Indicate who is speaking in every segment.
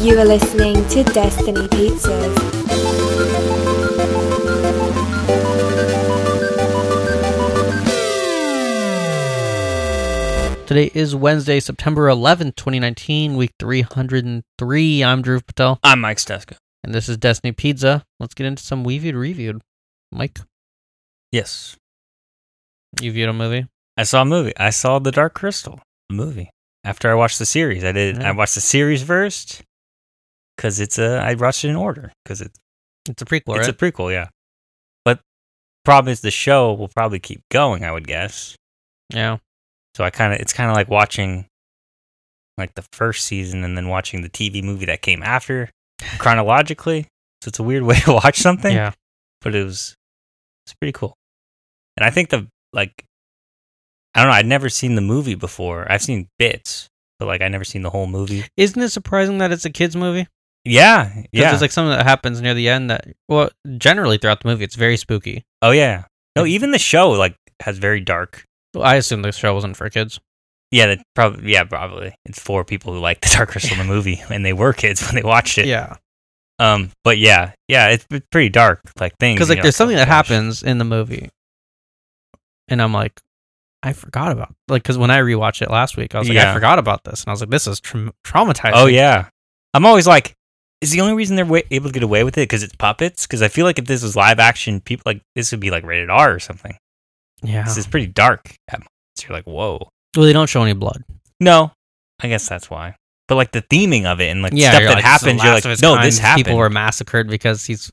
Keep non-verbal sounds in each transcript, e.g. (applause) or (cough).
Speaker 1: You are listening to Destiny Pizzas.
Speaker 2: Today is Wednesday, September 11th, 2019, week 303. I'm Drew Patel,
Speaker 3: I'm Mike Stefka.
Speaker 2: and this is Destiny Pizza. Let's get into some We Viewed Reviewed. Mike,
Speaker 3: Yes.
Speaker 2: you viewed a movie?
Speaker 3: I saw a movie. I saw The Dark Crystal, the movie. After I watched the series, I did.
Speaker 2: Yeah.
Speaker 3: I watched the series first because it's a. I watched it in order because it's
Speaker 2: It's a prequel,
Speaker 3: it's
Speaker 2: right?
Speaker 3: a prequel, yeah. But problem is the show will probably keep going. I would guess.
Speaker 2: yeah.
Speaker 3: So I kind of it's kind of like watching like the first season and then watching the TV movie that came after chronologically. So it's a weird (laughs) way to watch something.
Speaker 2: Yeah.
Speaker 3: but it was it's pretty cool. And I think the like I don't know, I'd never seen the movie before. I've seen bits, but like I never seen the whole movie.
Speaker 2: Isn't it surprising that it's a kid's movie? 'Cause
Speaker 3: Yeah. Yeah.
Speaker 2: There's like something that happens near the end that, well, generally throughout the movie, it's very spooky.
Speaker 3: oh yeah. No, even the show like has very dark.
Speaker 2: Well, I assume the show wasn't for kids.
Speaker 3: Yeah, that probably yeah, probably. It's for people who like the (laughs) Dark Crystal the movie and they were kids when they watched it.
Speaker 2: Yeah.
Speaker 3: Um but yeah, yeah, it's it's pretty dark like things.
Speaker 2: Because,
Speaker 3: you
Speaker 2: like,
Speaker 3: know,
Speaker 2: there's something
Speaker 3: like,
Speaker 2: that
Speaker 3: gosh.
Speaker 2: happens in the movie, and I'm like, I forgot about like because when I rewatched it last week, I was like, I
Speaker 3: Yeah.
Speaker 2: forgot about this, and I was like, this is tra- traumatizing.
Speaker 3: Oh yeah, I'm always like, is the only reason they're wa- able to get away with it because it's puppets? Because I feel like if this was live action, people like this would be like rated R or something.
Speaker 2: yeah.
Speaker 3: This is pretty dark. At moments. You're like, whoa.
Speaker 2: Well, they don't show any blood.
Speaker 3: No, I guess that's why. But like the theming of it and like
Speaker 2: Yeah,
Speaker 3: stuff
Speaker 2: you're
Speaker 3: that
Speaker 2: like, this is the
Speaker 3: happens, you're
Speaker 2: last of
Speaker 3: like,
Speaker 2: its
Speaker 3: no,
Speaker 2: kind.
Speaker 3: this happened.
Speaker 2: People were massacred because he's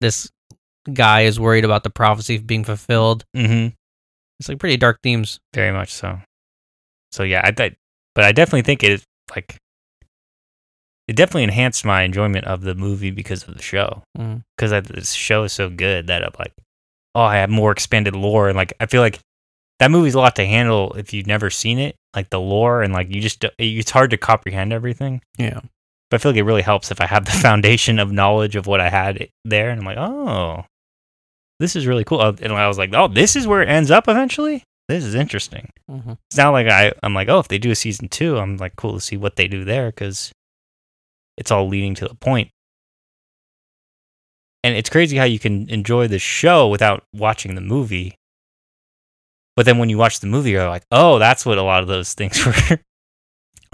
Speaker 2: this guy is worried about the prophecy being fulfilled.
Speaker 3: mm-hmm.
Speaker 2: It's like pretty dark themes.
Speaker 3: Very much so. So yeah, I th- but I definitely think it is like it definitely enhanced my enjoyment of the movie because of the show.
Speaker 2: Mm.
Speaker 3: Because this show is so good that I'm like, oh, I have more expanded lore, and like I feel like that movie's a lot to handle if you've never seen it, like the lore, and like you just don't- it's hard to comprehend everything.
Speaker 2: Yeah.
Speaker 3: But I feel like it really helps if I have the (laughs) foundation of knowledge of what I had there, and I'm like, oh, this is really cool. Uh, And I was like, oh, this is where it ends up eventually. This is interesting
Speaker 2: Mhm.
Speaker 3: it's not like I, I'm like, oh, if they do a season two, I'm like, cool to see what they do there because it's all leading to the point. And it's crazy how you can enjoy the show without watching the movie. But then when you watch the movie, you're like, oh, that's what a lot of those things (laughs) were.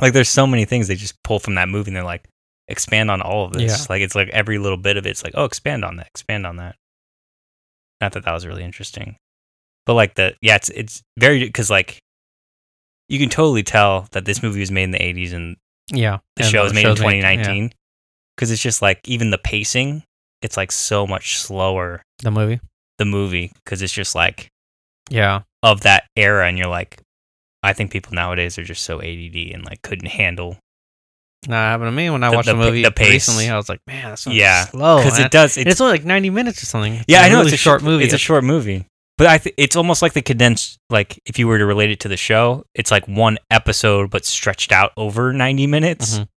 Speaker 3: like, there's so many things they just pull from that movie and they're like, expand on all of this.
Speaker 2: Yeah.
Speaker 3: Like, it's like every little bit of it, it's like, oh, expand on that, expand on that. Not that that was really interesting. But like the yeah, it's it's very because like you can totally tell that this movie was made in the '80s and
Speaker 2: Yeah.
Speaker 3: the
Speaker 2: And
Speaker 3: show was made in
Speaker 2: show's
Speaker 3: 2019 because it's just like even the pacing, it's like so much slower
Speaker 2: yeah, the movie.
Speaker 3: the movie because it's just like
Speaker 2: Yeah.
Speaker 3: of that era and you're like, I think people nowadays are just so ADD and like couldn't handle
Speaker 2: That happened to me when I
Speaker 3: The-
Speaker 2: watched the,
Speaker 3: the pa-
Speaker 2: movie
Speaker 3: the pace.
Speaker 2: recently. I was like, man, that's
Speaker 3: Yeah,
Speaker 2: slow.
Speaker 3: because
Speaker 2: man."
Speaker 3: it does
Speaker 2: Oh, And it's only like 90 minutes or something. It's
Speaker 3: Yeah,
Speaker 2: a
Speaker 3: I know
Speaker 2: really
Speaker 3: it's a
Speaker 2: short
Speaker 3: sh-
Speaker 2: movie.
Speaker 3: It's a short movie, but I th- it's almost like the condensed. Like if you were to relate it to the show, it's like one episode but stretched out over ninety minutes.
Speaker 2: Mhm.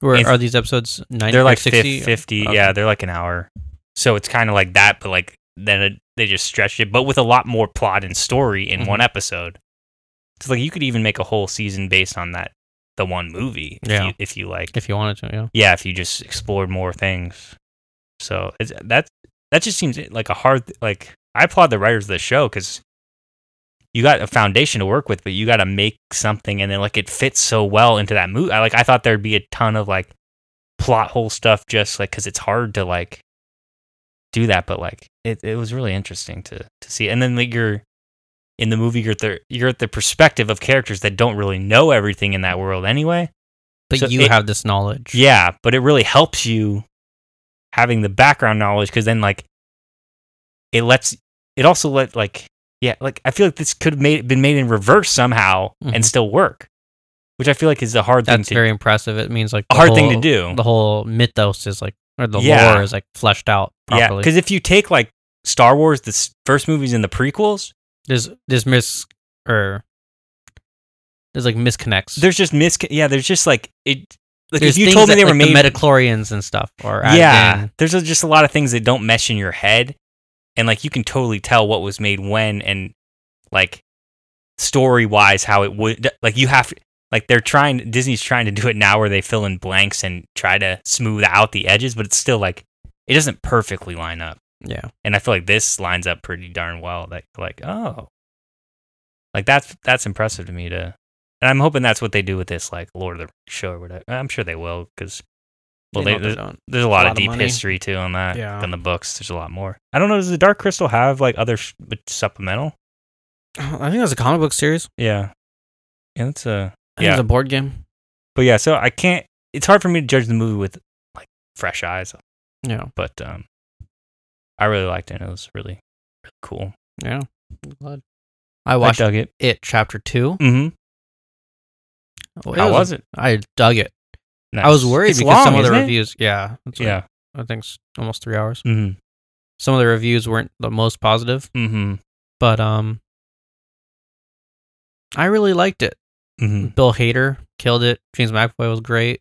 Speaker 2: Where
Speaker 3: it's-
Speaker 2: are these episodes? 90
Speaker 3: They're
Speaker 2: or
Speaker 3: like
Speaker 2: 60?
Speaker 3: 50, 50
Speaker 2: Okay.
Speaker 3: yeah, they're like an hour. So it's kind of like that, but like then it, they just stretched it, but with a lot more plot and story in
Speaker 2: Mm-hmm.
Speaker 3: one episode. Because like you could even make a whole season based on that, the one movie. If
Speaker 2: Yeah.
Speaker 3: you, if you like,
Speaker 2: If you wanted to, yeah.
Speaker 3: yeah, if you just explored more things. So it's, that that just seems eh, like a hard like I applaud the writers of the show because you got a foundation to work with, but you got to make something, and then like it fits so well into that movie. I like I thought there'd be a ton of like plot hole stuff just like because it's hard to like do that, but like it it was really interesting to to see, and then like you're. In the movie, you're at the, you're at the perspective of characters that don't really know everything in that world anyway.
Speaker 2: But
Speaker 3: So
Speaker 2: you
Speaker 3: it-
Speaker 2: have this knowledge.
Speaker 3: Yeah, but it really helps you having the background knowledge because then like it lets it also let like yeah like I feel like this could have made been made in reverse somehow
Speaker 2: Mhm.
Speaker 3: and still work, which I feel like is a hard thing
Speaker 2: That's
Speaker 3: to
Speaker 2: very impressive. It means like
Speaker 3: a
Speaker 2: the
Speaker 3: hard thing to
Speaker 2: whole-
Speaker 3: do.
Speaker 2: The whole mythos is like, or the
Speaker 3: Yeah.
Speaker 2: lore is like fleshed out
Speaker 3: Yeah,
Speaker 2: properly.
Speaker 3: because if you take like Star Wars, the s- first movies and the prequels,
Speaker 2: there's there's mis or there's like misconnects.
Speaker 3: there's just mis yeah, there's just like it. Like
Speaker 2: There's
Speaker 3: if you
Speaker 2: things
Speaker 3: told me
Speaker 2: that,
Speaker 3: they were
Speaker 2: like,
Speaker 3: made
Speaker 2: the Metachlorians and stuff, or
Speaker 3: yeah there's a- just a lot of things that don't mesh in your head and like you can totally tell what was made when and like story wise how it would like you have Like they're trying, Disney's trying to do it now where they fill in blanks and try to smooth out the edges, but it's still like it doesn't perfectly line up.
Speaker 2: Yeah.
Speaker 3: And I feel like this lines up pretty darn well. That like oh, like that's that's impressive to me to, and I'm hoping that's what they do with this like Lord of the show or whatever. I'm sure they will because well
Speaker 2: You
Speaker 3: they,
Speaker 2: know
Speaker 3: there's,
Speaker 2: don't.
Speaker 3: there's a lot,
Speaker 2: lot
Speaker 3: of
Speaker 2: of
Speaker 3: deep
Speaker 2: money.
Speaker 3: history too on that
Speaker 2: Yeah.
Speaker 3: on the books. There's a lot more. I don't know. Does the Dark Crystal have like other sh- supplemental?
Speaker 2: I think that's a comic book series.
Speaker 3: Yeah, yeah, that's a
Speaker 2: I think
Speaker 3: Yeah.
Speaker 2: It's a board game.
Speaker 3: but yeah. So I can't. It's hard for me to judge the movie with like fresh eyes,
Speaker 2: Yeah.
Speaker 3: but um, I really liked it. It was really, really cool.
Speaker 2: Yeah. Glad. I
Speaker 3: I
Speaker 2: watched
Speaker 3: dug it.
Speaker 2: it chapter two.
Speaker 3: Mm-hmm. How was it?
Speaker 2: I dug it. I was worried because some of the reviews. Yeah. it's like-
Speaker 3: Yeah.
Speaker 2: I think it's almost three hours.
Speaker 3: Mm-hmm.
Speaker 2: Some of the reviews weren't the most positive,
Speaker 3: Mm-hmm.
Speaker 2: but um, I really liked it.
Speaker 3: Mm-hmm.
Speaker 2: Bill Hader killed it. James McAvoy was great.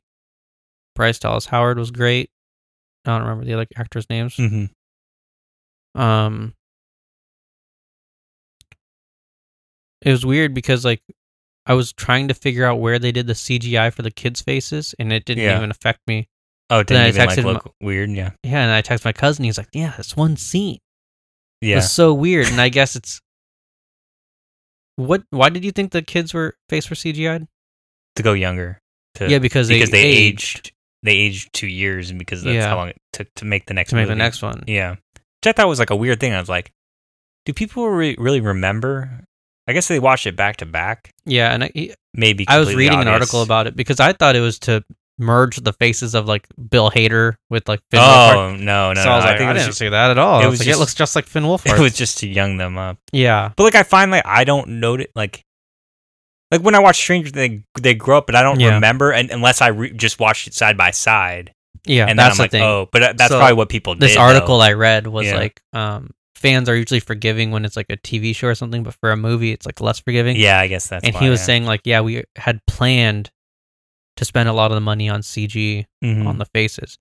Speaker 2: Bryce Dallas Howard was great. I don't remember the other actors' names.
Speaker 3: Mm-hmm. Hmm.
Speaker 2: Um, it was weird because like I was trying to figure out where they did the CGI for the kids' faces, and it didn't
Speaker 3: Yeah.
Speaker 2: even affect me.
Speaker 3: Oh, it
Speaker 2: Then I
Speaker 3: didn't even like
Speaker 2: texted my-
Speaker 3: look weird. Yeah.
Speaker 2: Yeah, and I texted my cousin. He's like, "Yeah, it's one scene.
Speaker 3: Yeah.
Speaker 2: It's so weird." And I guess it's what? Why did you think the kids were face were CGI'd?
Speaker 3: to go younger. To,
Speaker 2: yeah, because,
Speaker 3: because they
Speaker 2: aged,
Speaker 3: aged. They aged two years, and because that's
Speaker 2: Yeah.
Speaker 3: how long it took to make the next
Speaker 2: to make the
Speaker 3: movie.
Speaker 2: next one.
Speaker 3: Yeah. Which I thought was like a weird thing. I was like, do people re- really remember? I guess they watched it back to back.
Speaker 2: Yeah, and I,
Speaker 3: Maybe
Speaker 2: I was
Speaker 3: completely
Speaker 2: reading an
Speaker 3: obvious.
Speaker 2: article about it because I thought it was to merge the faces of like Bill Hader with like Finn Wolfhard.
Speaker 3: Oh no, no!
Speaker 2: so I was
Speaker 3: no,
Speaker 2: like, I,
Speaker 3: think it was
Speaker 2: didn't
Speaker 3: just,
Speaker 2: see that at all.
Speaker 3: it
Speaker 2: I
Speaker 3: was
Speaker 2: was like,
Speaker 3: just-
Speaker 2: it looks just like Finn Wolfhard.
Speaker 3: (laughs) it was just to young them up.
Speaker 2: yeah,
Speaker 3: But like, I find like I don't notice like. Like when I watch Stranger Things, they grow up, but I don't
Speaker 2: Yeah.
Speaker 3: remember, and unless I re- just watched it side by side,
Speaker 2: yeah.
Speaker 3: and then
Speaker 2: that's
Speaker 3: I'm
Speaker 2: the
Speaker 3: like,
Speaker 2: thing.
Speaker 3: oh, but uh, that's
Speaker 2: So,
Speaker 3: probably what people did.
Speaker 2: this
Speaker 3: though.
Speaker 2: article I read was
Speaker 3: Yeah.
Speaker 2: like, um, fans are usually forgiving when it's like a TV show or something, but for a movie, it's like less forgiving.
Speaker 3: yeah, I guess that's.
Speaker 2: and
Speaker 3: why,
Speaker 2: he was
Speaker 3: yeah.
Speaker 2: saying like, yeah, we had planned to spend a lot of the money on CG
Speaker 3: Mhm.
Speaker 2: on the faces,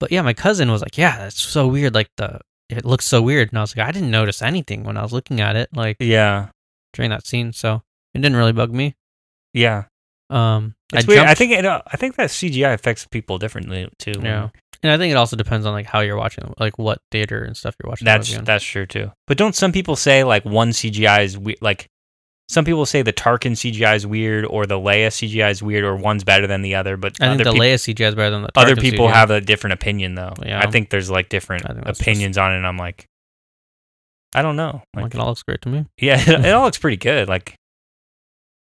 Speaker 2: but yeah, my cousin was like, yeah, that's so weird. Like the it looks so weird, and I was like, I didn't notice anything when I was looking at it. Like.
Speaker 3: yeah,
Speaker 2: during that scene, so it didn't really bug me.
Speaker 3: yeah,
Speaker 2: Um,
Speaker 3: it's
Speaker 2: I
Speaker 3: weird. I
Speaker 2: jumped-
Speaker 3: think it, uh, I think that CGI affects people differently too.
Speaker 2: yeah, and I think it also depends on like how you're watching, like what theater and stuff you're watching. the
Speaker 3: That's
Speaker 2: movie on.
Speaker 3: that's true too. But don't some people say like one CGI is we- like some people say the Tarkin CGI is weird or the Leia CGI is weird or one's better than the other. But
Speaker 2: I think
Speaker 3: other
Speaker 2: the
Speaker 3: peop-
Speaker 2: Leia CGI is better than the
Speaker 3: other
Speaker 2: Tarkin
Speaker 3: people
Speaker 2: CGI.
Speaker 3: have a different opinion though.
Speaker 2: Yeah.
Speaker 3: I think there's like different
Speaker 2: I think that's just-
Speaker 3: opinions on it. and I'm like, I don't know.
Speaker 2: I'm
Speaker 3: Like,
Speaker 2: Like, it all looks great to me. (laughs)
Speaker 3: yeah, it, all looks pretty good. Like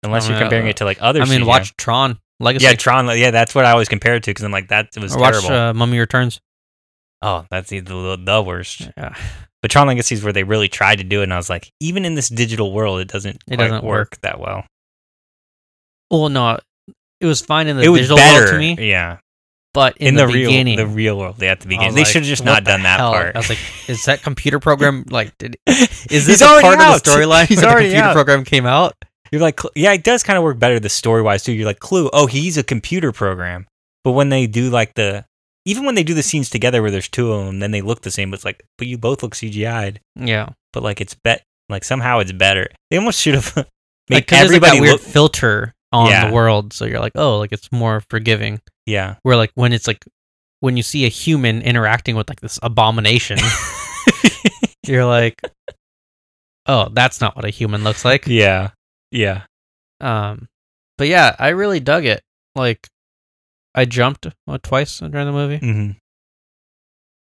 Speaker 3: unless
Speaker 2: I
Speaker 3: you're
Speaker 2: mean,
Speaker 3: comparing
Speaker 2: uh,
Speaker 3: it to like other.
Speaker 2: I mean,
Speaker 3: CGI.
Speaker 2: watch Tron Legacy.
Speaker 3: Yeah, Tron. like, Yeah, that's what I always compare it to because I'm like that was
Speaker 2: or watch
Speaker 3: terrible.
Speaker 2: uh, Mummy Returns.
Speaker 3: oh, that's the, the the worst.
Speaker 2: Yeah.
Speaker 3: But Tron Legacy is where they really tried to do it, and I was like, even in this digital world, it doesn't
Speaker 2: It
Speaker 3: quite
Speaker 2: doesn't
Speaker 3: work,
Speaker 2: work.
Speaker 3: that well.
Speaker 2: Well, no, it was fine in the
Speaker 3: it was
Speaker 2: digital
Speaker 3: better,
Speaker 2: world to me,
Speaker 3: yeah,
Speaker 2: but in,
Speaker 3: in, the,
Speaker 2: beginning,
Speaker 3: real the real world. They at the
Speaker 2: I
Speaker 3: beginning,
Speaker 2: was
Speaker 3: they
Speaker 2: like,
Speaker 3: should have just
Speaker 2: "What
Speaker 3: not
Speaker 2: the
Speaker 3: done that
Speaker 2: hell?"
Speaker 3: part.
Speaker 2: I
Speaker 3: (laughs)
Speaker 2: was like, is that computer program like? Did, is
Speaker 3: He's
Speaker 2: this a
Speaker 3: already
Speaker 2: part of
Speaker 3: out. (laughs)
Speaker 2: the storyline?
Speaker 3: He's
Speaker 2: where the
Speaker 3: already
Speaker 2: computer
Speaker 3: out.
Speaker 2: program came out.
Speaker 3: You're like, cl- yeah, it does kind of work better the story wise too. You're like, Clue, oh, he's a computer program. But when they do like the, even when they do the scenes together where there's two of them, then they look the same. But it's like, but you both look CGI'd.
Speaker 2: Yeah,
Speaker 3: But like it's bet, like somehow it's better. They almost should have (laughs) made
Speaker 2: like, 'cause there's, like,
Speaker 3: everybody
Speaker 2: that weird
Speaker 3: look.
Speaker 2: filter on
Speaker 3: Yeah.
Speaker 2: the world so you're like oh like it's more forgiving
Speaker 3: yeah,
Speaker 2: where like when it's like when you see a human interacting with like this
Speaker 3: (laughs)
Speaker 2: abomination (laughs) you're like oh that's not what a human looks like
Speaker 3: (laughs) yeah, yeah.
Speaker 2: um but yeah i really dug it like i jumped what, twice during the movie
Speaker 3: Mm-hmm.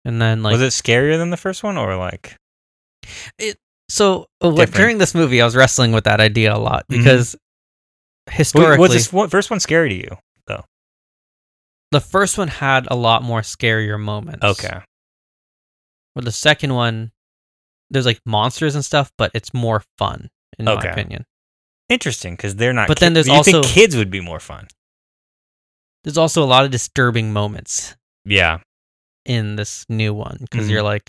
Speaker 2: and then like
Speaker 3: was it scarier than the first one or like
Speaker 2: so uh, what,
Speaker 3: different?
Speaker 2: during this movie i was wrestling with that idea a lot because historically
Speaker 3: Wait, was this one, first one scary to you
Speaker 2: the first one had a lot more scarier moments Well, the second one, there's like monsters and stuff, but it's more fun in
Speaker 3: Okay.
Speaker 2: my opinion.
Speaker 3: interesting because they're not
Speaker 2: But then
Speaker 3: kids.
Speaker 2: there's
Speaker 3: you think
Speaker 2: also-
Speaker 3: kids would be more fun
Speaker 2: There's also a lot of disturbing moments
Speaker 3: yeah
Speaker 2: in this new one because
Speaker 3: Mhm.
Speaker 2: you're like,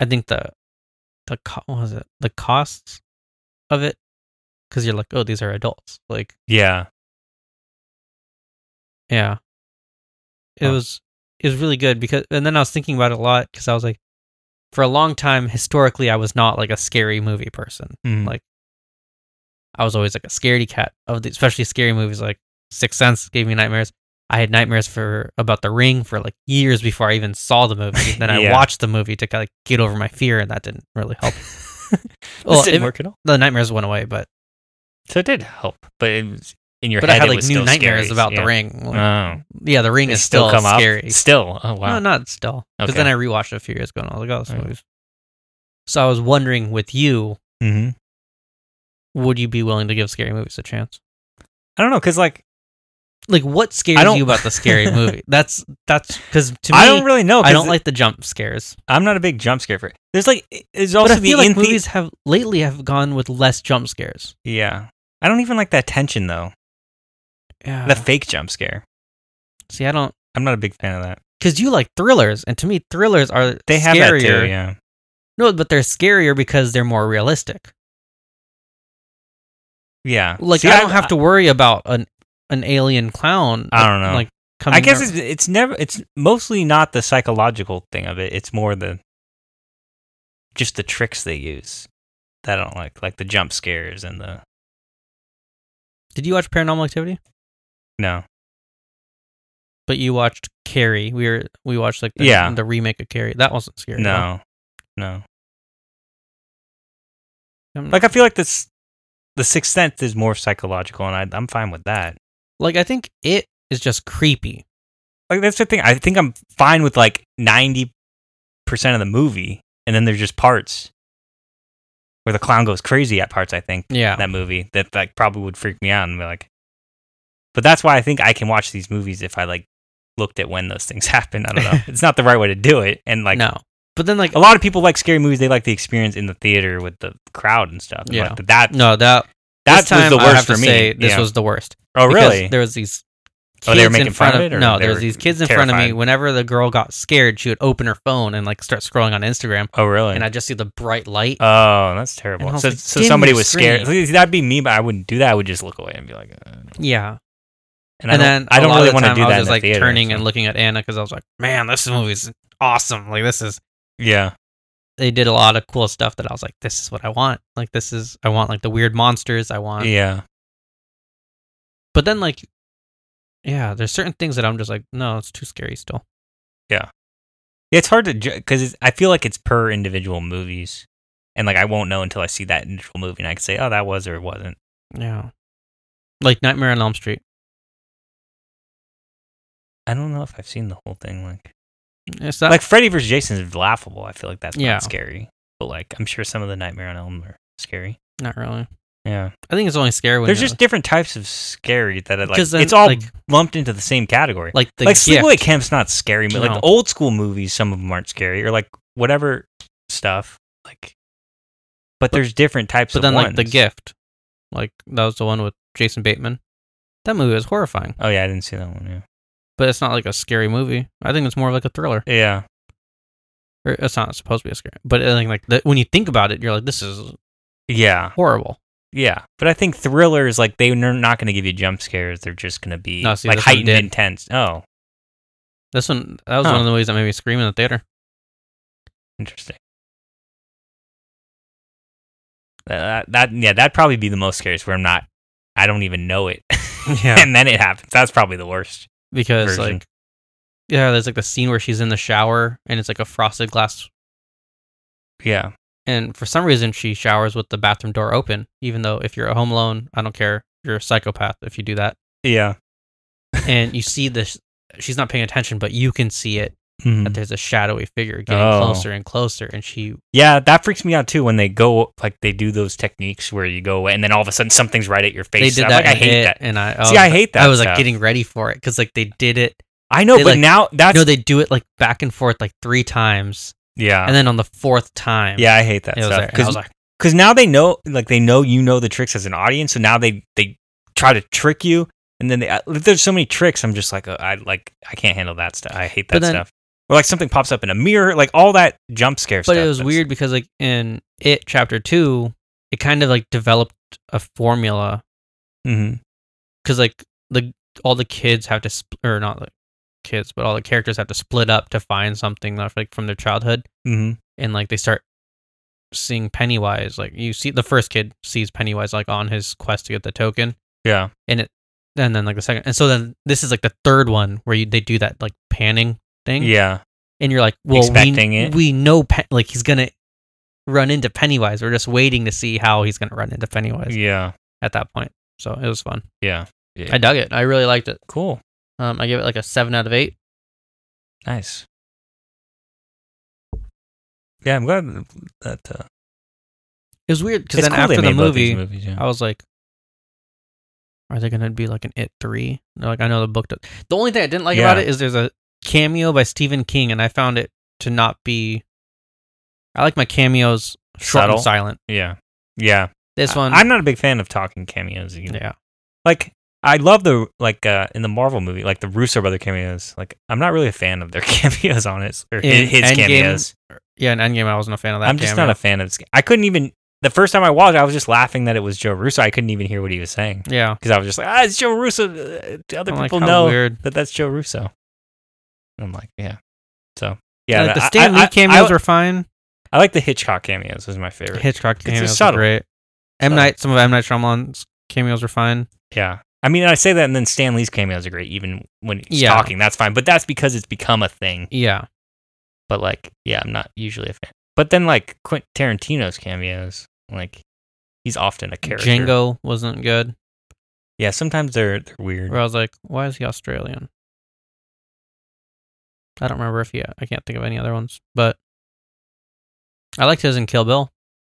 Speaker 2: I think the the co- what was it the costs of it because you're like, oh, these are adults. Like,
Speaker 3: yeah
Speaker 2: yeah, it
Speaker 3: Huh.
Speaker 2: was it was really good because, and then I was thinking about it a lot because I was like, for a long time historically, I was not like a scary movie person.
Speaker 3: Mhm.
Speaker 2: Like, I was always like a scaredy cat of the, especially scary movies like Sixth Sense gave me nightmares. I had nightmares for about The Ring for like years before I even saw the movie. Then I
Speaker 3: (laughs) Yeah.
Speaker 2: watched the movie to kind of get over my fear, and that didn't really help. (laughs)
Speaker 3: (laughs) this
Speaker 2: well,
Speaker 3: didn't
Speaker 2: it-
Speaker 3: work at all.
Speaker 2: the nightmares went away, but
Speaker 3: So it did help, but it was, in your
Speaker 2: but
Speaker 3: head,
Speaker 2: I had
Speaker 3: it
Speaker 2: like
Speaker 3: was
Speaker 2: new
Speaker 3: still
Speaker 2: nightmares
Speaker 3: scary.
Speaker 2: about
Speaker 3: yeah.
Speaker 2: The Ring. Like,
Speaker 3: Oh,
Speaker 2: yeah, The Ring
Speaker 3: They
Speaker 2: is still,
Speaker 3: come up?
Speaker 2: scary.
Speaker 3: Still, oh wow,
Speaker 2: No, not still. Because
Speaker 3: Okay.
Speaker 2: then I rewatched it a few years ago, and I was like, oh, this
Speaker 3: Okay.
Speaker 2: movie's. So I was wondering with you,
Speaker 3: mm-hmm.
Speaker 2: would you be willing to give scary movies a chance?
Speaker 3: I don't know because like
Speaker 2: Like, what scares
Speaker 3: don't-
Speaker 2: you about the
Speaker 3: (laughs)
Speaker 2: scary movie? That's that's because to me,
Speaker 3: I don't really know.
Speaker 2: I
Speaker 3: 'cause
Speaker 2: don't like the jump scares.
Speaker 3: I'm not a big jump scare for. There's like there's
Speaker 2: But
Speaker 3: also
Speaker 2: I feel
Speaker 3: the
Speaker 2: like
Speaker 3: in the-
Speaker 2: movies have lately have gone with less jump scares.
Speaker 3: Yeah, I don't even like that tension though.
Speaker 2: Yeah.
Speaker 3: The fake jump scare.
Speaker 2: See, I don't
Speaker 3: I'm not a big fan of that.
Speaker 2: because you like thrillers, and to me, thrillers are
Speaker 3: They have
Speaker 2: scarier.
Speaker 3: that too. Yeah.
Speaker 2: No, but they're scarier because they're more realistic.
Speaker 3: Yeah.
Speaker 2: Like
Speaker 3: See,
Speaker 2: I don't have to worry about an an alien clown.
Speaker 3: I don't know.
Speaker 2: Like coming
Speaker 3: I guess
Speaker 2: ar-
Speaker 3: it's it's never it's mostly not the psychological thing of it. It's more the just the tricks they use that I don't like, like the jump scares and the
Speaker 2: Did you watch Paranormal Activity?
Speaker 3: no.
Speaker 2: But you watched Carrie. We were we watched like the,
Speaker 3: Yeah.
Speaker 2: the remake of Carrie. That wasn't scary. at all.
Speaker 3: No. No.
Speaker 2: Um,
Speaker 3: Like I feel like this the sixth sense is more psychological and I I'm fine with that.
Speaker 2: like I think it is just creepy.
Speaker 3: Like that's the thing. I think I'm fine with like ninety percent of the movie and then there's just parts where the clown goes crazy at parts, I think.
Speaker 2: Yeah.
Speaker 3: that movie that like probably would freak me out and be like but that's why i think i can watch these movies if i like looked at when those things (laughs) happen i don't know it's not the right way to do it and like
Speaker 2: no. But then like
Speaker 3: a lot of people like scary movies they like the experience in the theater with the crowd and stuff I'm
Speaker 2: Yeah.
Speaker 3: like, that
Speaker 2: no that
Speaker 3: that
Speaker 2: this time
Speaker 3: was
Speaker 2: I
Speaker 3: the worst
Speaker 2: have to
Speaker 3: for me
Speaker 2: say this
Speaker 3: Yeah.
Speaker 2: was the worst.
Speaker 3: oh
Speaker 2: Because
Speaker 3: really
Speaker 2: There was these.
Speaker 3: Oh, they were
Speaker 2: kids in
Speaker 3: making fun of it, or
Speaker 2: No,
Speaker 3: they
Speaker 2: there was
Speaker 3: were
Speaker 2: these kids in front of me.
Speaker 3: terrified?
Speaker 2: Whenever the girl got scared, she would open her phone and like start scrolling on Instagram,
Speaker 3: oh really
Speaker 2: and I just see the bright light.
Speaker 3: oh that's
Speaker 2: And I
Speaker 3: terrible
Speaker 2: was
Speaker 3: so,
Speaker 2: like,
Speaker 3: so
Speaker 2: "Dim
Speaker 3: somebody
Speaker 2: your
Speaker 3: was scared
Speaker 2: screen."
Speaker 3: See, that'd be me but i wouldn't do that i would just look away and be like uh,
Speaker 2: yeah,
Speaker 3: and, I
Speaker 2: and
Speaker 3: don't,
Speaker 2: then
Speaker 3: i
Speaker 2: a
Speaker 3: don't
Speaker 2: lot
Speaker 3: really
Speaker 2: of the
Speaker 3: want to
Speaker 2: time
Speaker 3: do
Speaker 2: I was
Speaker 3: that
Speaker 2: just
Speaker 3: in
Speaker 2: like
Speaker 3: the theater,
Speaker 2: turning
Speaker 3: so-
Speaker 2: and looking at Anna because I was like, man, this movie's awesome. Like this is
Speaker 3: yeah
Speaker 2: they did a lot of cool stuff that I was like, this is what I want. Like this is I want like the weird monsters I want.
Speaker 3: yeah
Speaker 2: But then like, yeah, there's certain things that I'm just like, no, it's too scary still.
Speaker 3: Yeah, it's hard to because I feel like it's per individual movies, and like I won't know until I see that individual movie, and I can say, oh, that was or it wasn't.
Speaker 2: Yeah, like Nightmare on Elm Street.
Speaker 3: I don't know if I've seen the whole thing. Like,
Speaker 2: It's not
Speaker 3: like Freddy vs. Jason is laughable. I feel like that's
Speaker 2: Yeah.
Speaker 3: not scary, but like I'm sure some of the Nightmare on Elm are scary.
Speaker 2: Not really.
Speaker 3: Yeah,
Speaker 2: I think it's only scary when
Speaker 3: there's
Speaker 2: you're-
Speaker 3: just different types of scary that I like.
Speaker 2: 'Cause then,
Speaker 3: it's all
Speaker 2: like-
Speaker 3: lumped into the same category.
Speaker 2: like the
Speaker 3: like
Speaker 2: gift.
Speaker 3: Sleepaway Camp's not scary, but like
Speaker 2: No.
Speaker 3: the old school movies, some of them aren't scary, or like whatever stuff. Like, but, there's different types.
Speaker 2: but
Speaker 3: of
Speaker 2: then like the
Speaker 3: ones.
Speaker 2: gift, like that was the one with Jason Bateman. That movie was horrifying,
Speaker 3: Oh yeah, I didn't see that one. Yeah.
Speaker 2: but it's not like a scary movie. I think it's more of like a thriller.
Speaker 3: Yeah.
Speaker 2: Or it's not supposed to be a scary, but I think like the, when you think about it, you're like, this is
Speaker 3: Yeah.
Speaker 2: horrible.
Speaker 3: Yeah. But I think thrillers, like, they're not going to give you jump scares. They're just going to be
Speaker 2: No, see,
Speaker 3: like
Speaker 2: this one
Speaker 3: heightened
Speaker 2: did.
Speaker 3: intense. Oh,
Speaker 2: This one that was
Speaker 3: Huh.
Speaker 2: one of the movies that made me scream in the
Speaker 3: (laughs)
Speaker 2: theater.
Speaker 3: interesting. Uh, That, that, yeah, that'd probably be the most scariest where I'm not, I don't even know it. (laughs) and then it happens. That's probably the worst.
Speaker 2: because
Speaker 3: Version.
Speaker 2: like yeah, there's like the scene where she's in the shower and it's like a frosted glass,
Speaker 3: Yeah.
Speaker 2: and for some reason she showers with the bathroom door open, even though if you're home alone, I don't care, you're a psychopath if you do that.
Speaker 3: Yeah.
Speaker 2: and you
Speaker 3: (laughs)
Speaker 2: see this she's not paying attention but you can see it that there's a shadowy figure getting
Speaker 3: Mm. Oh.
Speaker 2: closer and closer and she
Speaker 3: Yeah. That freaks me out too when they go, like, they do those techniques where you go away and then all of a sudden something's right at your face.
Speaker 2: they did
Speaker 3: I'm
Speaker 2: that,
Speaker 3: like, I
Speaker 2: in
Speaker 3: hate
Speaker 2: It,
Speaker 3: that.
Speaker 2: and i oh,
Speaker 3: See, I hate that.
Speaker 2: i was like
Speaker 3: stuff.
Speaker 2: getting ready for it because like they did it
Speaker 3: I know,
Speaker 2: they,
Speaker 3: but
Speaker 2: like-
Speaker 3: now that's,
Speaker 2: no they do it like back and forth like three times
Speaker 3: yeah.
Speaker 2: and then on the fourth time
Speaker 3: Yeah, I hate that
Speaker 2: it was
Speaker 3: stuff
Speaker 2: like, i was like
Speaker 3: because now they know, like they know you know the tricks as an audience, so now they they try to trick you, and then they, uh, there's so many tricks. I'm just like, uh, I like I can't handle that stuff. I hate
Speaker 2: But
Speaker 3: that
Speaker 2: then-
Speaker 3: stuff. Or like something pops up in a mirror, like all that jump scare
Speaker 2: but
Speaker 3: stuff.
Speaker 2: it was
Speaker 3: that's-
Speaker 2: weird because like in it chapter two it kind of like developed a formula
Speaker 3: Mhm.
Speaker 2: because like the all the kids have to sp- or not like kids but all the characters have to split up to find something like from their childhood
Speaker 3: Mhm.
Speaker 2: and like they start seeing Pennywise, like you see the first kid sees Pennywise like on his quest to get the token,
Speaker 3: Yeah.
Speaker 2: and it, and then like the second, and so then this is like the third one where you, they do that like panning thing,
Speaker 3: Yeah.
Speaker 2: and you're like, well,
Speaker 3: Expecting
Speaker 2: we,
Speaker 3: it.
Speaker 2: we know Pen- like he's gonna run into Pennywise. We're just waiting to see how he's gonna run into Pennywise
Speaker 3: Yeah.
Speaker 2: at that point. So it was fun.
Speaker 3: Yeah.
Speaker 2: I dug it. I really liked it.
Speaker 3: Cool.
Speaker 2: Um, I give it like a seven out of eight.
Speaker 3: Nice. Yeah, I'm glad that uh,
Speaker 2: It was weird because
Speaker 3: it's
Speaker 2: then
Speaker 3: cool they
Speaker 2: after the
Speaker 3: made both these
Speaker 2: movie,
Speaker 3: movies, yeah.
Speaker 2: I was like, are they going to be like an It 3? Like, I know the book. Does. The only thing I didn't like about
Speaker 3: Yeah.
Speaker 2: it is there's a cameo by Stephen King, and I found it to not be. I like my cameos short
Speaker 3: Subtle.
Speaker 2: and silent.
Speaker 3: yeah, yeah.
Speaker 2: This one,
Speaker 3: I, am not a big fan of talking cameos. Either.
Speaker 2: yeah.
Speaker 3: Like I love the like uh, in the Marvel movie, like the Russo brother cameos. Like I'm not really a fan of their (laughs) cameos on it or hi-
Speaker 2: In
Speaker 3: his,
Speaker 2: Endgame,
Speaker 3: cameos.
Speaker 2: Yeah, in Endgame, I wasn't a fan of that.
Speaker 3: I'm just
Speaker 2: cameo.
Speaker 3: not a fan of. This. I couldn't even the first time I watched, it, I was just laughing that it was Joe Russo. I couldn't even hear what he was saying
Speaker 2: Yeah.
Speaker 3: because I was just like, ah, it's Joe Russo. Uh, The other
Speaker 2: I'm like,
Speaker 3: people
Speaker 2: how
Speaker 3: know
Speaker 2: weird.
Speaker 3: that that's Joe Russo. And I'm like, yeah. So
Speaker 2: Yeah,
Speaker 3: yeah,
Speaker 2: like the
Speaker 3: I-
Speaker 2: Stan
Speaker 3: I-
Speaker 2: Lee
Speaker 3: I-
Speaker 2: cameos
Speaker 3: I,
Speaker 2: were fine.
Speaker 3: I like the Hitchcock cameos. Is my favorite.
Speaker 2: Hitchcock cameos were
Speaker 3: subtle.
Speaker 2: great. M.
Speaker 3: Subtle.
Speaker 2: Night, some of M. Night Shyamalan's cameos were fine.
Speaker 3: Yeah. I mean, I say that, and then Stan Lee's cameos are great, even when he's
Speaker 2: Yeah.
Speaker 3: talking. That's fine, but that's because it's become a thing.
Speaker 2: Yeah.
Speaker 3: But like, yeah, I'm not usually a fan. But then like Quentin Tarantino's cameos, like he's often a character.
Speaker 2: Django wasn't good.
Speaker 3: Yeah, sometimes they're they're weird.
Speaker 2: where I was like, why is he Australian? I don't remember if he, I can't think of any other ones, but I liked his in Kill Bill.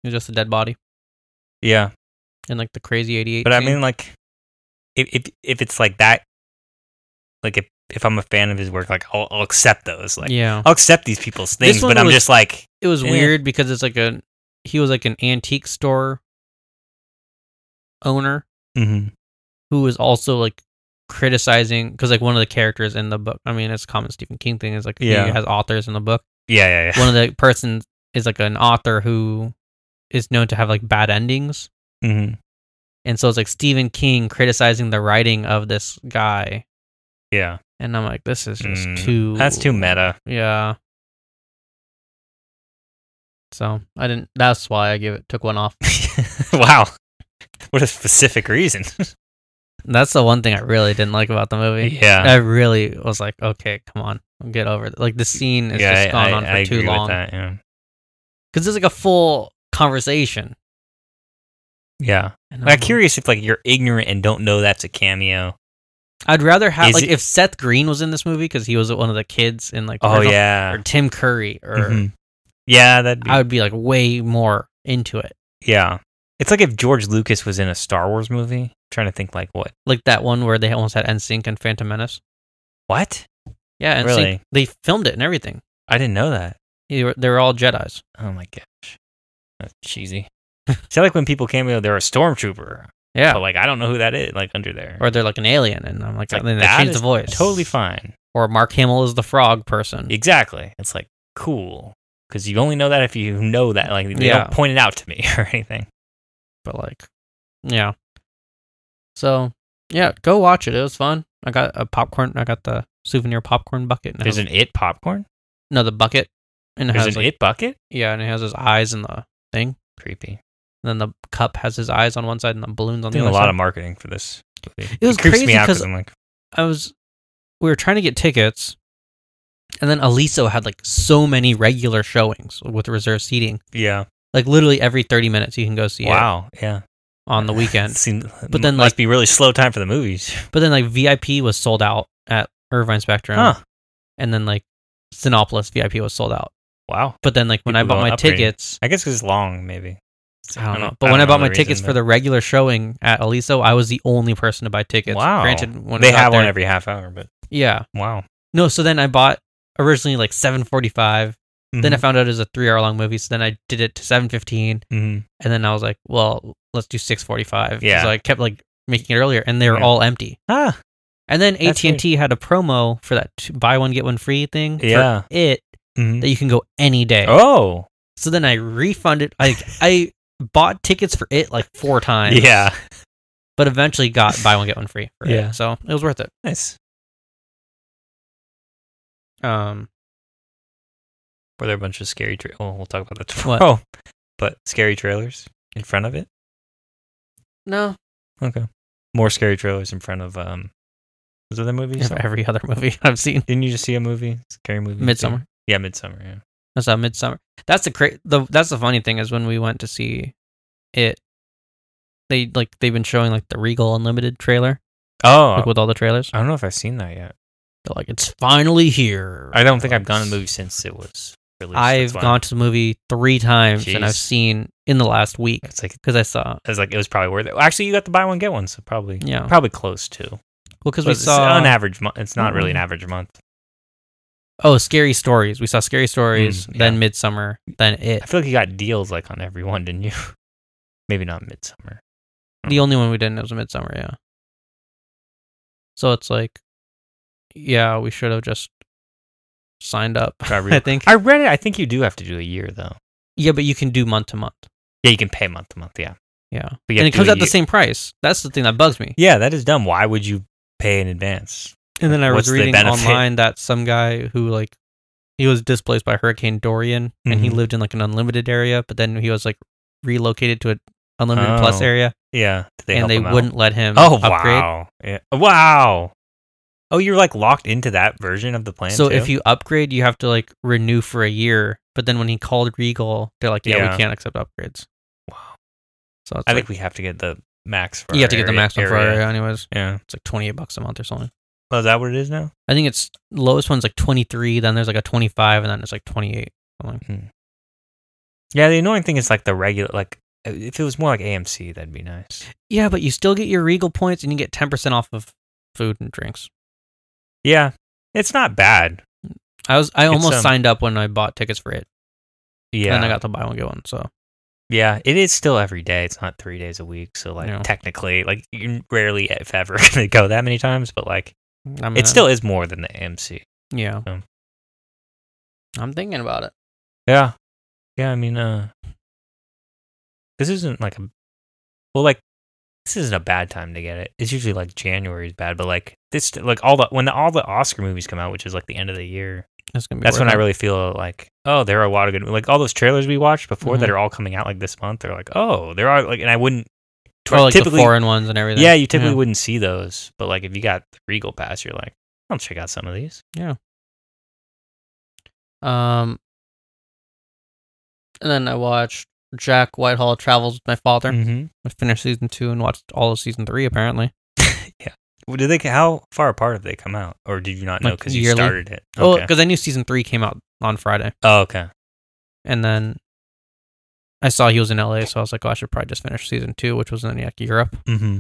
Speaker 2: He was just a dead body
Speaker 3: Yeah,
Speaker 2: in like the crazy 88.
Speaker 3: but I
Speaker 2: scene.
Speaker 3: mean, like, if if if it's like that, like if if I'm a fan of his work, like I'll, I'll accept those. Like,
Speaker 2: yeah.
Speaker 3: I'll accept these people's things,
Speaker 2: one
Speaker 3: but I'm
Speaker 2: was-
Speaker 3: just like,
Speaker 2: It was
Speaker 3: eh.
Speaker 2: weird because it's like a, he was like an antique store owner
Speaker 3: mhm.
Speaker 2: who was also like criticizing, because like one of the characters in the book, I mean, it's a common Stephen King thing, is like
Speaker 3: Yeah.
Speaker 2: he has authors in the book.
Speaker 3: yeah, yeah, yeah.
Speaker 2: one of the persons is like an author who is known to have like bad endings.
Speaker 3: hmm
Speaker 2: And so it's like Stephen King criticizing the writing of this guy.
Speaker 3: Yeah,
Speaker 2: And I'm like, this is just
Speaker 3: Mm,
Speaker 2: too.
Speaker 3: that's too meta. (laughs)
Speaker 2: Yeah. So I didn't. That's why I gave it. Took one off.
Speaker 3: wow, what a specific reason.
Speaker 2: That's the one thing I really didn't like about the movie.
Speaker 3: (laughs) yeah,
Speaker 2: I really was like, okay, come on, get over it. Like the scene is
Speaker 3: yeah,
Speaker 2: just gone on for too
Speaker 3: agree with
Speaker 2: long
Speaker 3: that, yeah.
Speaker 2: because it's like a full conversation.
Speaker 3: yeah,
Speaker 2: And
Speaker 3: like, I'm
Speaker 2: I'm like,
Speaker 3: curious if like you're ignorant and don't know that's a cameo.
Speaker 2: I'd rather have
Speaker 3: Is
Speaker 2: like
Speaker 3: it-
Speaker 2: if Seth Green was in this movie because he was one of the kids in like the
Speaker 3: Oh
Speaker 2: original,
Speaker 3: yeah,
Speaker 2: or Tim Curry or
Speaker 3: Mhm. yeah, that'd be
Speaker 2: I would be like way more into it.
Speaker 3: yeah. It's like if George Lucas was in a Star Wars movie. I'm trying to think like what
Speaker 2: Like that one where they almost had NSYNC and Phantom Menace.
Speaker 3: what
Speaker 2: Yeah, NSYNC.
Speaker 3: Really?
Speaker 2: They filmed it and everything.
Speaker 3: I didn't know that.
Speaker 2: They were, they were all Jedi's.
Speaker 3: Oh my gosh, that's cheesy. (laughs) See, I like when people cameo, they're a stormtrooper.
Speaker 2: Yeah,
Speaker 3: But like, I don't know who that is. Like under there,
Speaker 2: or they're like an alien, and I'm like,
Speaker 3: Oh. It's like,
Speaker 2: then they
Speaker 3: that
Speaker 2: changed the
Speaker 3: is
Speaker 2: voice.
Speaker 3: totally fine.
Speaker 2: Or Mark Hamill is the frog person.
Speaker 3: Exactly. It's like cool because you only know that if you know that. Like they
Speaker 2: Yeah.
Speaker 3: don't point it out to me (laughs) or anything.
Speaker 2: But like, yeah. So yeah, go watch it. It was fun. I got a popcorn. I got the souvenir popcorn bucket. And it
Speaker 3: There's
Speaker 2: has-
Speaker 3: an it popcorn.
Speaker 2: no the bucket. And it
Speaker 3: There's
Speaker 2: has,
Speaker 3: an
Speaker 2: Uh-huh. like,
Speaker 3: it bucket.
Speaker 2: Yeah, and it has his eyes in the thing.
Speaker 3: Creepy.
Speaker 2: And then the cup has his eyes on one side and the balloons on the
Speaker 3: Doing
Speaker 2: other
Speaker 3: a lot
Speaker 2: side.
Speaker 3: of marketing for this. movie.
Speaker 2: It was
Speaker 3: creeps
Speaker 2: crazy
Speaker 3: me out
Speaker 2: 'cause-
Speaker 3: I'm like,
Speaker 2: I was we were trying to get tickets and then Aliso had like so many regular showings with reserved seating.
Speaker 3: yeah,
Speaker 2: Like literally every 30 minutes you can go see it
Speaker 3: wow, yeah.
Speaker 2: on the
Speaker 3: It
Speaker 2: weekend.
Speaker 3: (laughs) seemed,
Speaker 2: But then,
Speaker 3: must
Speaker 2: like-
Speaker 3: be really slow time for the movies.
Speaker 2: but then like VIP was sold out at Irvine Spectrum
Speaker 3: Huh?
Speaker 2: and then like Sinopolis VIP was sold out.
Speaker 3: Wow.
Speaker 2: But then like when I
Speaker 3: People
Speaker 2: bought my
Speaker 3: going upgrading.
Speaker 2: tickets,
Speaker 3: I guess 'cause it's long, maybe.
Speaker 2: I don't know. But when I, bought my tickets for the regular showing at Aliso, I was the only person to buy tickets.
Speaker 3: Wow.
Speaker 2: Granted, when
Speaker 3: they
Speaker 2: I got
Speaker 3: have one
Speaker 2: there-
Speaker 3: every half hour, but
Speaker 2: Yeah.
Speaker 3: wow.
Speaker 2: No, so then I bought originally like 745. Then
Speaker 3: Mm-hmm.
Speaker 2: I found out it was a 3-hour long movie, so then I did it to 715
Speaker 3: Mhm. Mhm.
Speaker 2: and then I was like, well, let's do 645.
Speaker 3: Yeah.
Speaker 2: So I kept like making it earlier and they were
Speaker 3: Yeah.
Speaker 2: all empty.
Speaker 3: ah,
Speaker 2: And then
Speaker 3: That's
Speaker 2: AT&T had a promo for that t- buy one get one free thing for
Speaker 3: Yeah.
Speaker 2: it
Speaker 3: mhm.
Speaker 2: that you can go any day.
Speaker 3: oh,
Speaker 2: So then I refunded I I bought tickets for it like four times. (laughs)
Speaker 3: yeah,
Speaker 2: But eventually got buy one get one free. for it.
Speaker 3: Yeah.
Speaker 2: So it was worth it.
Speaker 3: nice.
Speaker 2: Um
Speaker 3: Were there a bunch of scary? Tra- oh, we'll talk about that
Speaker 2: What?
Speaker 3: tomorrow. (laughs) but scary trailers in front of it.
Speaker 2: No,
Speaker 3: Okay, more scary trailers in front of um those other movies.
Speaker 2: of every other movie (laughs) I've seen.
Speaker 3: Didn't you just see a movie, scary movie?
Speaker 2: Midsummer.
Speaker 3: Yeah, Midsummer. Yeah.
Speaker 2: That's not Midsummer. That's the cra- the that's the funny thing is when we went to see it, they like they've been showing like the Regal Unlimited trailer,
Speaker 3: Oh,
Speaker 2: like with all the trailers.
Speaker 3: I don't know if I've seen that yet.
Speaker 2: They're like, it's finally here.
Speaker 3: I don't think I've gone to
Speaker 2: It's-
Speaker 3: the movie since it was released.
Speaker 2: I've
Speaker 3: That's why.
Speaker 2: gone to the movie three times and I've
Speaker 3: Jeez.
Speaker 2: seen in the last week
Speaker 3: It's like
Speaker 2: because I saw
Speaker 3: it's like it was probably worth it. Actually, you got to buy one get one, so probably
Speaker 2: yeah well
Speaker 3: probably close to.
Speaker 2: because
Speaker 3: But
Speaker 2: we
Speaker 3: it's
Speaker 2: saw
Speaker 3: on average month. It's not really an
Speaker 2: Mhm.
Speaker 3: average month.
Speaker 2: oh scary stories we saw scary stories
Speaker 3: Mm,
Speaker 2: then
Speaker 3: yeah.
Speaker 2: Midsummer then it
Speaker 3: I feel like you got deals like on every one, didn't you? (laughs) Maybe not Midsummer.
Speaker 2: The only one we didn't was Midsummer, yeah. So it's like, yeah, we should have just signed up. (laughs)
Speaker 3: (laughs) Got real-
Speaker 2: I think.
Speaker 3: I read it. I think you do have to do a year though.
Speaker 2: Yeah, but you can do month to month.
Speaker 3: Yeah, you can pay month to month. Yeah,
Speaker 2: Yeah,
Speaker 3: but you
Speaker 2: and
Speaker 3: have
Speaker 2: it
Speaker 3: to
Speaker 2: comes
Speaker 3: do a
Speaker 2: out the
Speaker 3: year-
Speaker 2: same price. That's the thing that bugs me.
Speaker 3: Yeah, that is dumb. Why would you pay in advance?
Speaker 2: And then I was
Speaker 3: What's the
Speaker 2: reading
Speaker 3: benefit?
Speaker 2: online that some guy who like he was displaced by Hurricane Dorian and he
Speaker 3: Mhm.
Speaker 2: lived in like an unlimited area, but then he was like relocated to an unlimited plus
Speaker 3: Oh.
Speaker 2: area,
Speaker 3: Yeah, Did
Speaker 2: and
Speaker 3: help
Speaker 2: they
Speaker 3: him out?
Speaker 2: wouldn't let him.
Speaker 3: Oh
Speaker 2: upgrade.
Speaker 3: wow! Yeah. Wow. Oh, you're like locked into that version of the plan.
Speaker 2: So
Speaker 3: too?
Speaker 2: if you upgrade, you have to like renew for a year. But then when he called Regal, they're like, "Yeah,
Speaker 3: Yeah.
Speaker 2: we can't accept upgrades."
Speaker 3: Wow.
Speaker 2: So it's
Speaker 3: I
Speaker 2: like,
Speaker 3: think we have to get the max. For
Speaker 2: you
Speaker 3: our
Speaker 2: have to get the
Speaker 3: area-
Speaker 2: max one for our area anyways.
Speaker 3: Yeah.
Speaker 2: It's like twenty eight bucks a month or something.
Speaker 3: Oh, is that what it is now?
Speaker 2: I think it's lowest one's like twenty three. Then there's like a twenty five, and then it's like twenty eight.
Speaker 3: Yeah. The annoying thing is like the regular. Like if it was more like AMC, that'd be nice.
Speaker 2: Yeah, but you still get your Regal points, and you get ten percent off of food and drinks.
Speaker 3: Yeah. It's not bad.
Speaker 2: I was I
Speaker 3: It's,
Speaker 2: almost
Speaker 3: um,
Speaker 2: signed up when I bought tickets for it,
Speaker 3: Yeah.
Speaker 2: and I got to buy one get one. So
Speaker 3: yeah. It is still every day. It's not three days a week. So like
Speaker 2: No.
Speaker 3: technically, like you're rarely if ever (laughs) gonna go that many times. But like
Speaker 2: I mean,
Speaker 3: it still is more than the AMC.
Speaker 2: yeah.
Speaker 3: um,
Speaker 2: I'm thinking about it.
Speaker 3: Yeah. Yeah, I mean, uh this isn't like a well like this isn't a bad time to get it. It's usually like January is bad, but like this like all the when the, all the Oscar movies come out, which is like the end of the year.
Speaker 2: That's gonna be
Speaker 3: That's
Speaker 2: worth
Speaker 3: when I
Speaker 2: it.
Speaker 3: really feel like oh, there are a lot of good like all those trailers we watched before that
Speaker 2: Mhm.
Speaker 3: are all coming out like this month. They're like, "Oh, there are like and I wouldn't
Speaker 2: Or like
Speaker 3: typically
Speaker 2: the foreign ones and everything.
Speaker 3: Yeah, you typically
Speaker 2: Yeah.
Speaker 3: wouldn't see those, but like if you got the Regal pass, you're like, "I'll check out some of these."
Speaker 2: Um, and then I watched Jack Whitehall Travels with My Father.
Speaker 3: Mhm.
Speaker 2: I finished season two and watched all of season three. Apparently,
Speaker 3: Well, Did they how far apart have they come out or did you not know
Speaker 2: Like,
Speaker 3: cuz you
Speaker 2: yearly?
Speaker 3: started it?
Speaker 2: Oh, 'cause because I knew season three came out on Friday,
Speaker 3: Oh, okay.
Speaker 2: and then I saw he was in LA, so I was like, oh, I should probably just finish season two, which was in like Europe.
Speaker 3: Mm-hmm.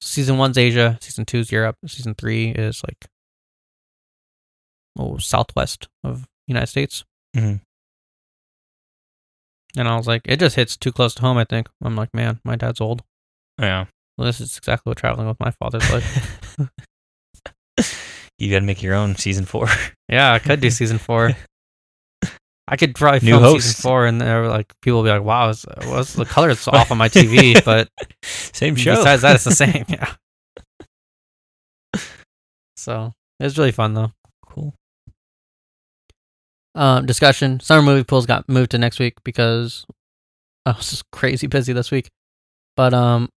Speaker 2: Season one's Asia, season two's Europe, season three is like oh southwest of United States.
Speaker 3: Mhm.
Speaker 2: And I was like, it just hits too close to home. I think I'm like, man, my dad's old.
Speaker 3: Yeah.
Speaker 2: Well, this is exactly what traveling with my father's (laughs)
Speaker 3: (laughs)
Speaker 2: like.
Speaker 3: You got to make your own season four. (laughs)
Speaker 2: yeah, I could do season four. I could probably
Speaker 3: New
Speaker 2: film
Speaker 3: host.
Speaker 2: season four, and there were, like people will be like, "Wow, it's, what's the color is off on my
Speaker 3: (laughs)
Speaker 2: TV?" But
Speaker 3: Same show.
Speaker 2: besides that, it's the same. (laughs) Yeah. So it was really fun though.
Speaker 3: (laughs) cool.
Speaker 2: Um, discussion: Summer movie pools got moved to next week because I was just crazy busy this week. But um,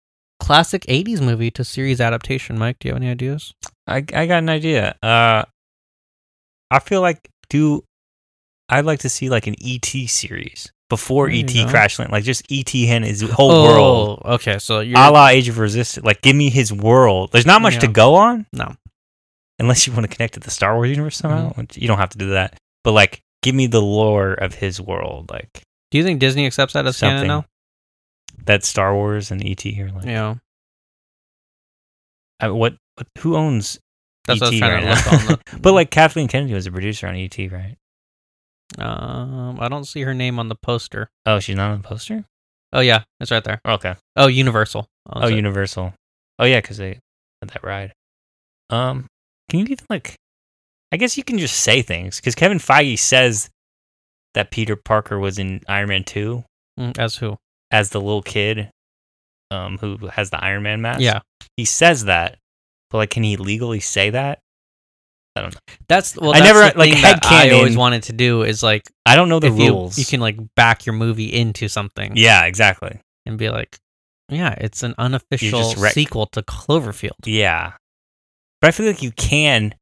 Speaker 2: classic '80s movie to series adaptation. Mike, do you have any ideas?
Speaker 3: I, I got an idea. Uh, I feel like do I'd like to see like an ET series before
Speaker 2: There you
Speaker 3: ET
Speaker 2: go.
Speaker 3: crash land, like just ET and his whole world,
Speaker 2: Oh, okay. So you're
Speaker 3: a la Age of Resistance. Like, give me his world. There's not much to
Speaker 2: Yeah.
Speaker 3: go on.
Speaker 2: No. Mm-hmm.
Speaker 3: unless you want to connect to the Star Wars universe somehow. which You don't have to do that, but like, give me the lore of his world, like
Speaker 2: Do you think Disney accepts that as
Speaker 3: something
Speaker 2: canon now?
Speaker 3: that Star Wars and ET are like.
Speaker 2: Yeah,
Speaker 3: I, what, what who owns
Speaker 2: that's what I was
Speaker 3: ET
Speaker 2: trying
Speaker 3: E right
Speaker 2: to look on.
Speaker 3: (laughs) now.
Speaker 2: The,
Speaker 3: but like Kathleen Kennedy was a producer on ET, right?
Speaker 2: um, I don't see her name on the poster.
Speaker 3: Oh, she's not on the poster.
Speaker 2: Oh yeah, it's right there.
Speaker 3: Okay.
Speaker 2: Oh, Universal.
Speaker 3: Oh, Universal. Oh yeah, because they had that ride. Um, can you even like? I guess you can just say things because Kevin Feige says that Peter Parker was in Iron Man Two
Speaker 2: Universal. Mm, As who?
Speaker 3: as the little kid, um, who has the Iron Man mask.
Speaker 2: Yeah.
Speaker 3: he says that, but like, can he legally say that? I don't know.
Speaker 2: That's well.
Speaker 3: I
Speaker 2: That's
Speaker 3: never,
Speaker 2: the
Speaker 3: like,
Speaker 2: thing that I
Speaker 3: headcanon-
Speaker 2: always wanted to do is like
Speaker 3: I don't know the
Speaker 2: if you-
Speaker 3: rules.
Speaker 2: You, can like back your movie into something
Speaker 3: Yeah, exactly.
Speaker 2: and be like, yeah, it's an unofficial
Speaker 3: wreck-
Speaker 2: sequel to Cloverfield.
Speaker 3: Yeah. But I feel like you can.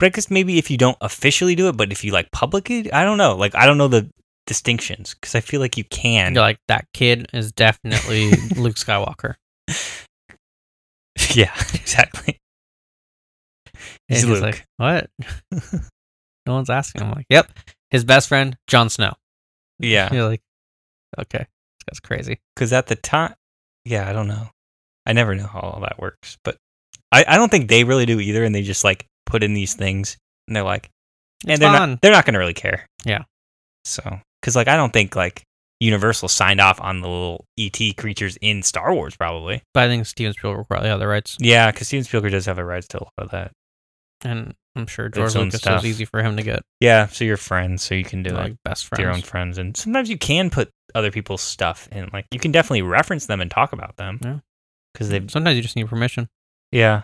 Speaker 3: But I guess maybe if you don't officially do it, but if you like publicly, I don't know. Like, I don't know the distinctions because I feel like you can.
Speaker 2: And you're like, that kid is definitely Luke Skywalker.
Speaker 3: (laughs) yeah, exactly.
Speaker 2: And
Speaker 3: He's
Speaker 2: he's
Speaker 3: Luke.
Speaker 2: like,
Speaker 3: (laughs)
Speaker 2: what? no one's asking. I'm like, yep. His best friend, Jon Snow.
Speaker 3: yeah.
Speaker 2: You're like, okay, this guy's crazy.
Speaker 3: Because at the time, yeah, I don't know. I never know how all that works. But I, I don't think they really do either. And they just like put in these things and they're like, and they're
Speaker 2: fun.
Speaker 3: not, they're not going to really care.
Speaker 2: Yeah.
Speaker 3: So, because like, I don't think like Universal signed off on the little ET creatures in Star Wars, probably.
Speaker 2: But I think Steven Spielberg probably had the rights,
Speaker 3: Yeah, because Steven Spielberg does have a rights to a lot of that.
Speaker 2: and I'm sure
Speaker 3: Its
Speaker 2: George
Speaker 3: own
Speaker 2: Lucas
Speaker 3: stuff.
Speaker 2: was easy for him to get
Speaker 3: Yeah, so you're friends, so you can do
Speaker 2: like
Speaker 3: it
Speaker 2: best
Speaker 3: with
Speaker 2: friends.
Speaker 3: your own friends, and sometimes you can put other people's stuff in. Like you can definitely reference them and talk about them.
Speaker 2: Yeah.
Speaker 3: because they've
Speaker 2: Sometimes you just need permission.
Speaker 3: yeah.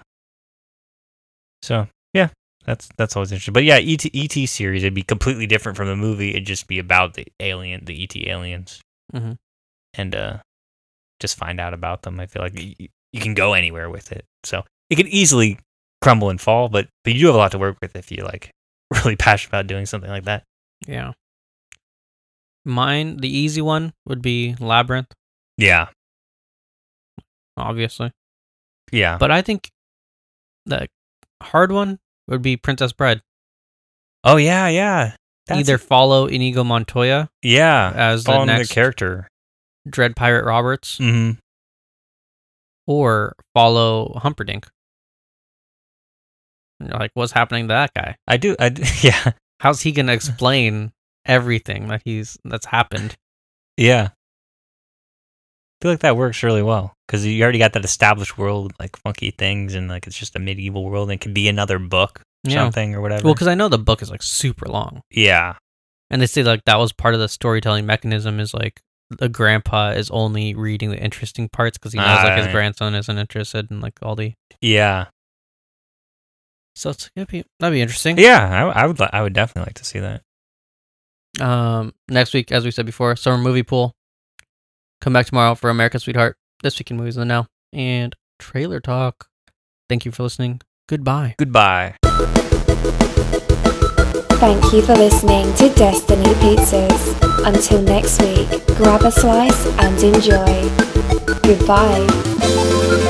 Speaker 3: So yeah, that's that's always interesting. But yeah, E ET ET series it'd be completely different from the movie. It'd just be about the alien, the ET aliens,
Speaker 2: Mhm.
Speaker 3: and uh, just find out about them. I feel like you, you can go anywhere with it, so it could easily crumble and fall. But but you do have a lot to work with if you like (laughs) really passionate about doing something like that.
Speaker 2: Yeah. Mine, the easy one would be Labyrinth,
Speaker 3: Yeah,
Speaker 2: obviously.
Speaker 3: yeah.
Speaker 2: But I think the hard one would be Princess Bride.
Speaker 3: oh yeah, yeah. That's-
Speaker 2: Either follow Inigo Montoya
Speaker 3: yeah,
Speaker 2: as the
Speaker 3: following the
Speaker 2: next
Speaker 3: character.
Speaker 2: Dread Pirate Roberts
Speaker 3: Mm-hmm.
Speaker 2: or follow Humperdinck. And you're like, what's happening to that guy?
Speaker 3: I do. I do, (laughs) yeah,
Speaker 2: How's he
Speaker 3: (laughs)
Speaker 2: gonna explain everything that he's that's happened?
Speaker 3: yeah. I feel like that works really well because you already got that established world, like funky things, and like it's just a medieval world, and it could be another book, or
Speaker 2: Yeah.
Speaker 3: something or whatever.
Speaker 2: Well, because I know the book is like super long,
Speaker 3: yeah,
Speaker 2: and they say like that was part of the storytelling mechanism is like the grandpa is only reading the interesting parts because he knows like his
Speaker 3: Ah.
Speaker 2: grandson isn't interested in like all the.
Speaker 3: yeah,
Speaker 2: So it's that'd be that'd be interesting.
Speaker 3: yeah. I, I would, li- I would definitely like to see that.
Speaker 2: Um, next week, as we said before, summer movie pool. Come back tomorrow for American Sweetheart. This week in movies in the now and trailer talk. Thank you for listening. Goodbye.
Speaker 3: Goodbye.
Speaker 1: Thank you for listening to Destiny Pizzas. Until next week, grab a slice and enjoy. Goodbye.